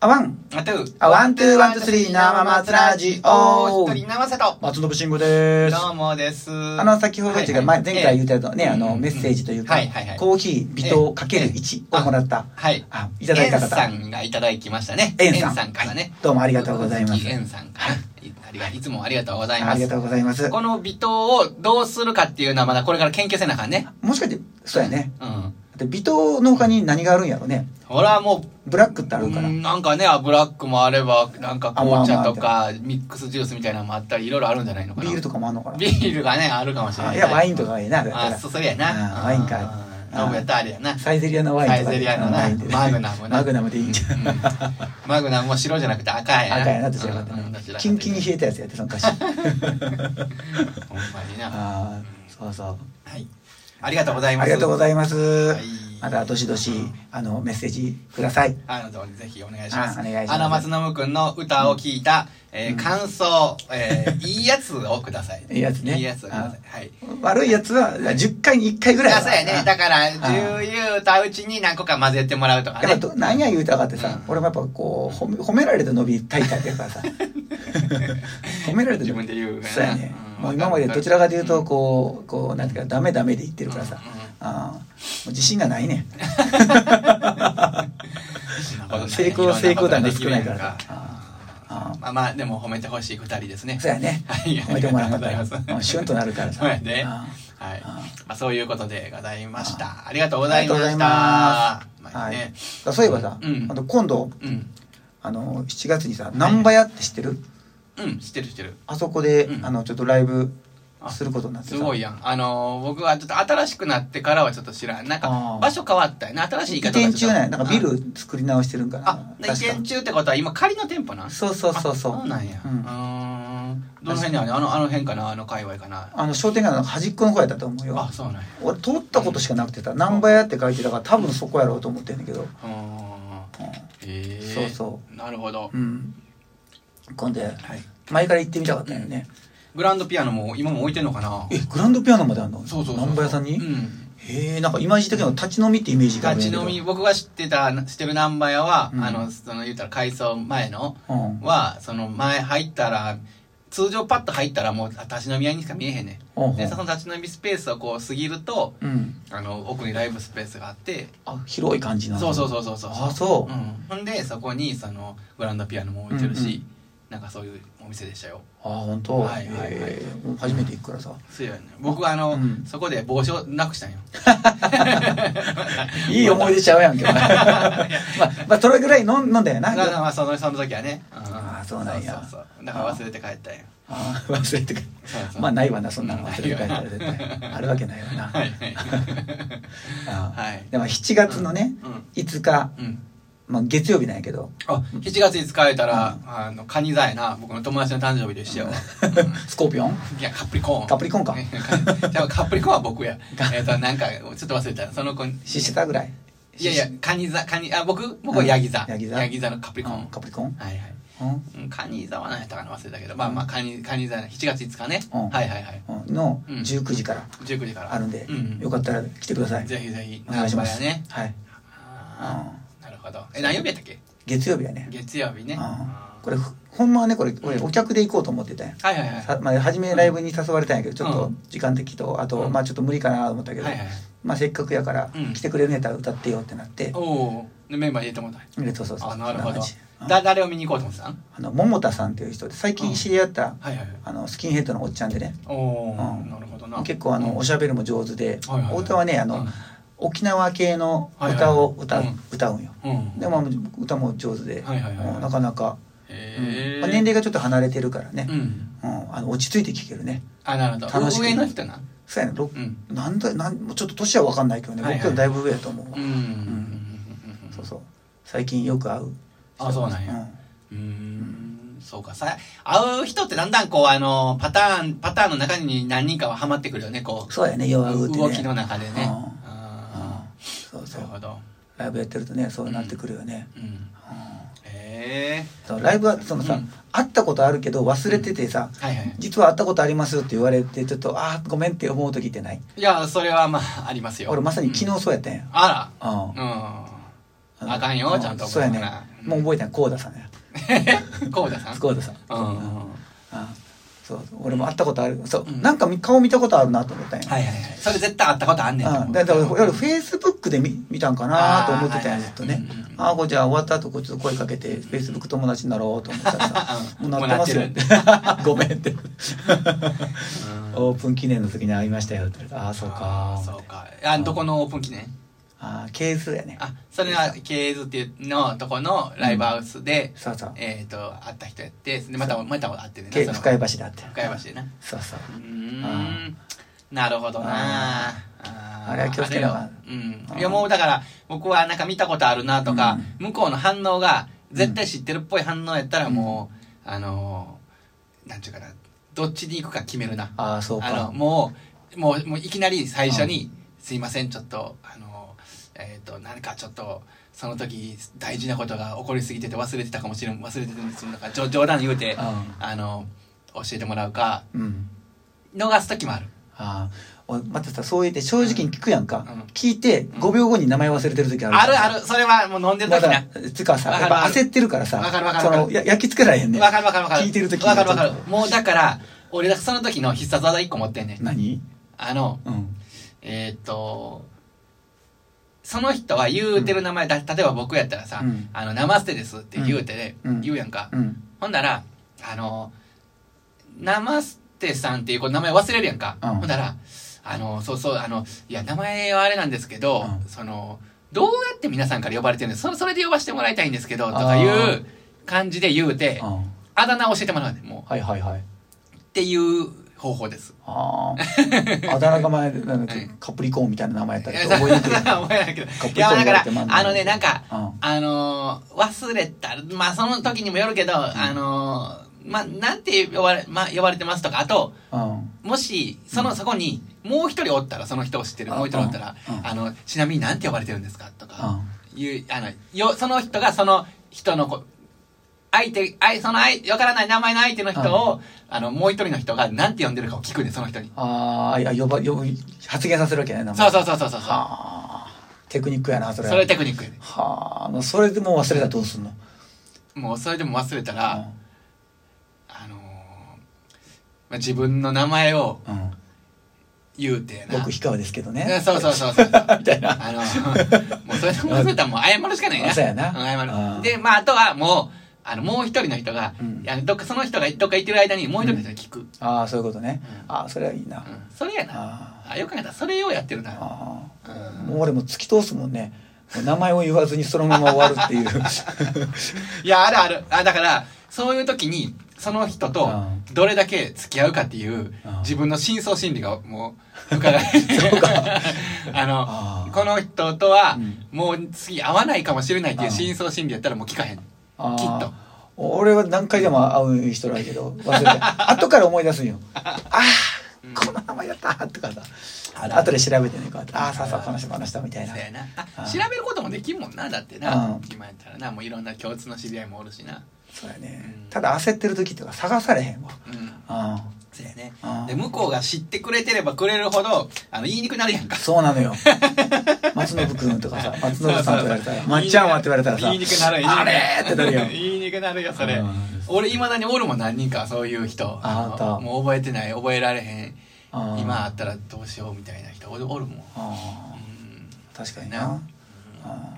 あワン、あ、トゥあワン、ツー、ワン、ツー、スリー、生松ラジオ一。人生瀬と。松信慎吾です。どうもです。ああの、先ほど言ったけど、まあ前回言ったやつのね、ええあうんうんの、うんメッセージというかはいはいは、いコーヒー、微糖かけるええ1をもらった、はい。あ、いただいたエンさ方、んがいただきましたね。エンさんからね。どうもありがとうございま鈴木す。エンさんから。ありがいつもありがとうございあまりがす。とうございます。この微糖をどうするかっていうのはまだこれから研究せなあかんね。もしかして、そうやね。うん。で微糖の他に何があるんやろね。俺はもう、ブラックってあるんかうら。んなんかね、あブラックもあれば、なんか紅茶とあか、ミックスジュースみたいなのもあったり、いろいろあるんじゃないのかな。ビールとかもあんのかな。ビールがね、あるかもしれなあい。いや、ワインとかがいいな、だったあ、ら。そう、それやな。あワインかうんノブやったらあれやな。サイゼリアのワインサとイかゼでリアあのワなインで、ねマグナムな。マグナムでいいんじ ゃん。うんマグナムも白じゃなくて赤やな。赤やな、どちらかってうんうんどちらね。かキンキンに冷え。えたやつやって、その歌詞。ほんまにな。ああ、そうそう。はい。ありがとうございまあす。りがとうございいます。いまた、どしどしうん、あの、メッセージください。ます。あの、ぜひお願いします。あお願いしますあの、松信くんの歌を聞いた、えー感想、え ーいいやつをください。いいやつねいいやつをください。はい。悪いやつは、10回に1回ぐらいあは。そうやね。だから、ん10言うたうちに何個か混ぜてもらうとかやっぱね。ど、なんや言うたかってさ、うん俺もやっぱこう、褒め褒められて伸びたいタイプやから さ。褒められて自伸び分で言うからな。そうやね。んもう今までどちらかというと、んこう、こう、なんていうか、ダメダメで言ってるからさ。うんうんうんあーもう自信がないね。そんなことない成功成功談が少ないからいろんなことができるやんあーまあまあ、でも褒めてほしい二人ですね。そうやね。はい褒めてもらわなかありがっとたうござら、いまもうすシュンとなるからさ。そうやねあはい。あまあ、そういうことでございました。ありがとうございまありした。がまーあはねい。あそういえばさ、うんあの今度、うん。あの、7月にさ、難波屋って知ってるうん、知ってる知ってる。あそこで、うんあの、ちょっとライブあすることになってさ。すごいやん。あのー、僕はちょっと新しくなってからはちょっと知らん。なんあかー、場所変わったよね。新しい移言い方がちょ転っと中なんやなんかビル作り直してるんかあな。、で移転中ってことは今仮の店舗なんそうそうそうそうあそうなんや。ううんーん。どの辺にあるのあの、あの辺かなあの界隈かなあの、商店街の端っこの方やったと思うよあ、。そうなんや。俺、通ったことしかなくてさ、難波屋って書いてたから、多分そこやろうと思ってんだけど。うんうーん。へえ。そうそうなるほど。うん。今度、はい。前から行ってみたかったよね。グランドピアノも今も置いてんのかなえ、グランドピアノまであんのそうそうそうそう。難波屋さんにうん。へえ、なんかイマイチだけど、立ち飲みってイメージがあるん立やけちど。飲み、僕が知ってた、知ってる南波屋は、うんあの、その言ったら改装前のうん。は、その前入ったら、通常パッと入ったらもう立ち飲み屋にしか見えへんね。うんんで、その立ち飲みスペースをこう過ぎると、うん。あの、奥にライブスペースがあって、あ、広い感じなのそうそうそうそうそう。あそううん。ほんで、そこに、その、グランドピアノも置いてるうんうしん、なんかそういうお店でしたよ。あ本当。はいはいはいえーもう初めて行くからさ。そうやね。僕はあの、うんそこで帽子をなくしたんよ。いい思い出しちゃうやんけ。お 前まあまあそれぐらい飲ん飲んだよだな。からまあそのその時はね。ああーそうなんやそうそうそうだから忘れて帰ったんよ。あー忘れてくるそうそうまあないわなそんなの忘れて帰ったならいわ絶対あるわけないわな。はいはい。あーはいでも7月のね、うん5日、うん。まあ月曜日なんやけど、あ、7月5日やったら、あの、カニ座やな。僕の友達の誕生日でしてよ。スコーピオン、 いや、カプリコーン。カプリコーンかじゃあカプリコーンは僕や。えっと、なんか、ちょっと忘れた。その子に。シシタぐらい。いやいやシシ、カニ座、カニ、あ、僕僕はヤギ座。うんヤギ座ヤギ座のカプリコーうんン。カプリコーン。はいはい。うんうんカニ座は何やったかな忘れたけど、まあまあ、カニ、カニ座、7月5日ね。うんはいはいはい。うんのうん19時から19時から。あるんで、うん、よかったら来てください。ぜひぜひ。お願いします。ナンバーやね。はい。あーなるほど。え、何曜日やったっけ月曜日はね。月曜日ね。ああーーこれふほんまはねこれ俺お客で行こうと思ってたんやはいはいはい。さまあ、初めライブに誘われたんやけどちょっうとん時間的とあと、うんまあちょっと無理かなと思ったけど、はいはい。まあ、せっかくやからうん来てくれるんやったら歌ってよってなって、おおー、でメンバー入れてもらっでそうそうそた。うあ、なるほそんな。どだ、感じ誰を見に行こうと思ってたんうんあの桃田さんっていう人で最近知り合った、はいはい。あのスキンヘッドのおっちゃんでねおおー、うんなるほどな。結構あの、うんおしゃべりも上手で、はいはいはいお歌はねあの、うん沖縄系の歌を歌,、はいはいはい歌うんようん。でもまあ歌も上手で、はいはいはいうんなかなか、へうえ。んまあ、年齢がちょっと離れてるからねう、ん。うんあの落ち着いて聴けるねあ、なるほど。楽しく上の人な。そうやねろうん。なんだなんもうちょっと年は分かんないけどね、はいはい僕よりだいぶ上やと思うわ、うん。そうそう最近よく会うあ、そうなんや。うんうーんそうかさ会う人ってだんだんこうあのパターンパターンの中に何人かははまってくるよねこそうやねようう会うってね動きの中でねうんうあんそうーそなるほうどライブやってるとねそうなってくるよね、うんうんへえそうライブはそのさ、うん会ったことあるけど忘れててさ、はいはい実は会ったことありますよって言われてちょっとああごめんって思う時ってないいやそれはまあありますよ俺まさに昨うん 日そうやったんや、あうんらうんあのあかんよちゃんとうそうやねうんもう覚えてないコーダさんやコーダさんコーダさんうんうんうんあそう俺も会ったことあるそう、うんなんかみ顔見たことあるなと思ったんや、はいはいはいそれ絶対会ったことあんねんと思う、うんだだから俺フェイスブックで見見たんかなと思ってたんやあーずっとねはいはいうんうんああこうじゃあ終わった後こうちょっと声かけてフェイスブック友達になろうと思ったらさうもうんなってますよも うごめんってうんオープン記念の時に会いましたよって言われてああそうかあーそうかあどこのオープン記念ああケースやねあそれはケーズっていうのとこのライブハウスで、さあさあえっ、と会った人やってでまたまた会ってねケーそスの深い橋だって深い橋でなうそうそうーんあなるほどなああーあれは気をつけなあかんあれようんあーいやもうだから僕はなんか見たことあるなとか、向こうの反応が絶対知ってるっぽい反応やったらもう、あのーなんちゅうかなどっちに行くか決めるなああそうあのかもうもうもういきなり最初に「すいませんちょっとあのえっ、となんかちょっとその時大事なことが起こりすぎてて忘れてたかもしれん忘れてたんですなんか冗冗談言うてああの教えてもらうかーうん逃す時もあるああおまたさそう言って正直に聞くやんか、うん聞いて5秒後に名前忘れてる時あるあるあるそれはもう飲んでるだ時かならつうかさわやかっるぱわかる焦ってるからさわかるわかるそわかるのや焼き付けられへんねんわかるわかるわかる聞いてる時にわかるわかるもうだから俺だその時の必殺技1個持ってんねん何あのうんえっ、とその人は言うてる名前だ、例えば僕やったらさ「うんあのナマステです」って言うてで、うん言うやんか、うんほんならあの「ナマステさん」っていうこの名前忘れるやんか、うんほんならあのそうそうあのいや名前はあれなんですけど、うんそのどうやって皆さんから呼ばれてるんですそそれで呼ばせてもらいたいんですけどとかいう感じで言うてあああだ名教えてもらうねんもはいはいはいうっていう方法ですあああだ名が前なんだっけカプリコーンみたいな名前やったら覚えにくいやん 覚えないけどカプいリコやーン言だかわられてまんあのねなんかうんあのー忘れたまあその時にもよるけど、あのーまあなんて呼ばれ,、まあ、呼ばれてますとかあとうんもしその、そこにもう一人おったらその人を知ってるあもう一人おったら、うんうんあのちなみになんて呼ばれてるんですかとうか、んいうあのよその人がその人のこ相手あいその相わからない名前の相手の人を、あのもう一人の人がなんて呼んでるかを聞くねその人にああいや呼ば呼ぶ発言させるわけね名前そううそうそうそうそうそはあテクニックやなそれうはそれテクニックやねはあもうそれでもう忘れたらどうすんのもうそれでも忘れたら、ああのーまあ、自分の名前をうんうん言うてやな。僕氷川ですけどねねそうそうそうそう。あ みたいなのー、もうそれでも忘れたらもう謝るしかないな。そうやなん謝うる。んで、まああとはもう、あの、もう一人の人が、うんあのどっかその人がどっか行ってる間にもう一人の人が聞く。うんああそういうことねああそれはいいなそれやな。ああよく考えたらそれをやってるあな。ああうもんう俺も突き通すもんねもう名前を言わずにそのまま終わるって いういや、あるある。あだから、そういう時に、その人とうんどれだけ付き合うかっていううん自分の真相心理がもう伺 える。 あの、あこの人とはうんもう次会わないかもしれないっていうあー真相心理やったらもう聞かへんあーきっと俺は何回でも会う人だけど忘れ て後から思い出すんよああこの名前だったとかさあら後で調べてねこうやってああさあさあこの人この人みたいなそうやなああー調べることもできんもんなだってなうん今やったらなもういろんな共通の知り合いもおるしなそうやうねんただ焦ってる時とか探されへんわうんあそうやねあで向こうが知ってくれてればくれるほどあの言いにくなるやんかあそうなのよ 松信くんとか さ松信さんって言われたら「まっちゃんは」って言われたらさ言いにくなる言いにくあれーってなるよ 言いにくなるよそれうん俺いまだにおるもん何人かそういう人あのあんたもう覚えてない覚えられへんあー今あったらどうしようみたいな人おるおるもんあうんー確かにななあ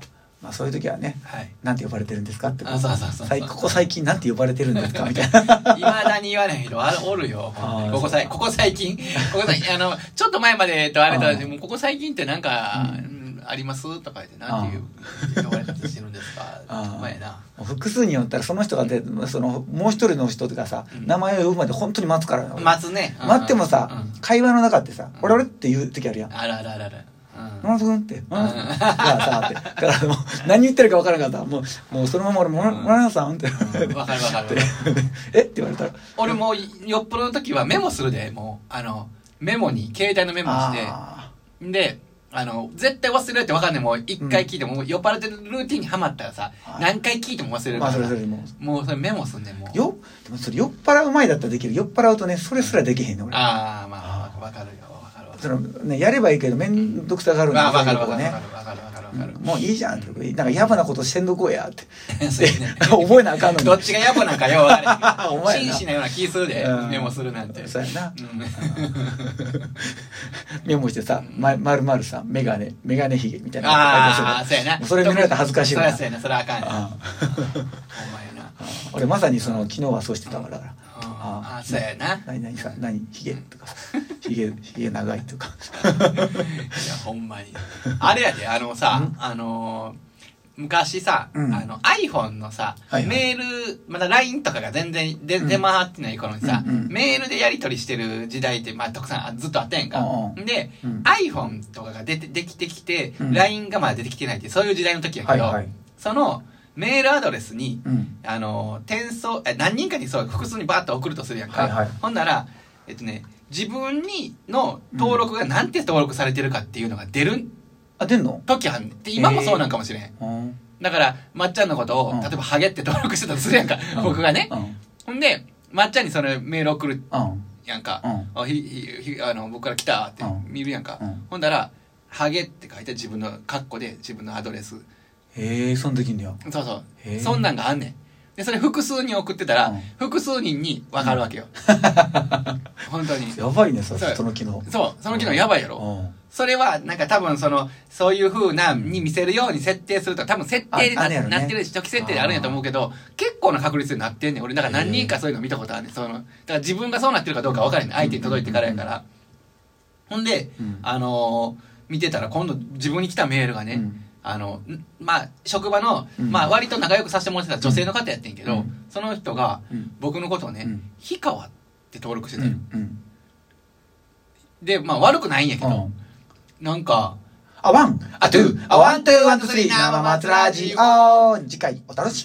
ーまあそういう時はねはいなんて呼ばれてるんですかってことあそうそうそうさいここ最近なんて呼ばれてるんですかみたい ないまだに言わない人あおるよあーここさいここ最近ここ最近あの ちょっと前までえっとあれあだーもうここ最近ってなんか、ううんありますとか言ってなんていう呼ばれ方してるんですかあーお前なもう複数によったらその人がでそのもう一人の人がさうん名前を呼ぶまで本当に待つからよ待つね、うん待ってもさ、うん会話の中ってさう「ん俺俺」って言う時あるやん「あらあらあらあらうんなんとくん」って「なんとくん」じゃあさってだからもう何言ってるか分からんからさもうもうそのまま俺も「もうんらなさん」ってうんわかるわかる「えっ?」て言われたら俺もうよっぽどの時はメモするでもうあのメモに携帯のメモしてあであの絶対忘れるって分かんないもう一回聞いても、もう酔っ払ってるルーティンにはまったらさ、はい何回聞いても忘れーるまかあら、それそれでももうそれメモすんねんもうよでもそれ酔っ払う前だったらできる酔っ払うとねそれすらできへんね俺ああまあわかるよわかるわかそのねやればいいけど面倒くさがるるんだまあわかそういるうとこわかるねわかるわかるわかるかる。もういいじゃんってなんか野暮なことしてんどこうやって そうやね 覚えなあかんのにどっちが野暮なんかよう分からおへ前やんけど。な紳士なような気するでう、んメモするなんて。そうやなうん メモしてさ「ままるまるさんメガネメガネひげ」みたいなああ、そうやな。それ見られたら恥ずかしいそわりゃそうやな、それはあかんやな。あお前やな。あ俺まさにその昨日はそうしてたからだからああ、そうやな。い何何さ何ひげとかさひげひげ長いとかや、ほんまに。あれやで、あのさ、あのー、昔さ、あうんの iPhone のさ、はいはいメール、まだ LINE とかが全然出うん出回ってない頃にさ、うんうんメールでやり取りしてる時代って、まあ、たくさんあずっとあったやんかうんう。で、うん iPhone とかが出て、できてきて、うん LINE がまだ出てきてないって、そういう時代の時やけど、はいはいその、メールアドレスに、うんあの、転送、え何人かにそう、複数にバーッと送るとするやんか。はいはいほんなら、えっとね、自分にの登録がなんて登録されてるかっていうのが出るあ出んの時あんねんで今もそうなんかもしれん。うんだから、まっちゃんのことを、うん例えばハゲって登録してたとするやんか、うん僕がね。うんほんで、まっちゃんにそのメール送るうんやんか。うんあひひひあの僕から来たってうん見るやんか。うんほんだら、ハゲって書いて自分のカッコで自分のアドレス。へえそんできんねやそうそへう。ーそんなんがあんねん。で、それ複数に送ってたら、うん複数人に分かるわけよ。本当に。やばいねそそうその機能そう、その機能やばいやろ。うんそれは、なんか多分その、そういう風な、に見せるように設定すると、多分設定であな,、あるやろねってるし、初期設定であるんやと思うけど、結構な確率になってんねん。俺、なんか何人かそういうの見たことあるねん。その、だから自分がそうなってるかどうか分からへんねん。相手に届いてからやから。ほんで、うんあのー見てたら今度自分に来たメールがね、うんあの、んまあ、職場の、うんまあ、割と仲良くさせてもらってた女性の方やってんけど、うんその人が、うん僕のことをねうん、氷、川って登録してうたよ、んうんで、まあ、悪くないんやけうど、んなんか、あワン、あトゥー、あワン、トゥー、ワン、トゥー、スリー、生松ラジオ。次回お楽しみに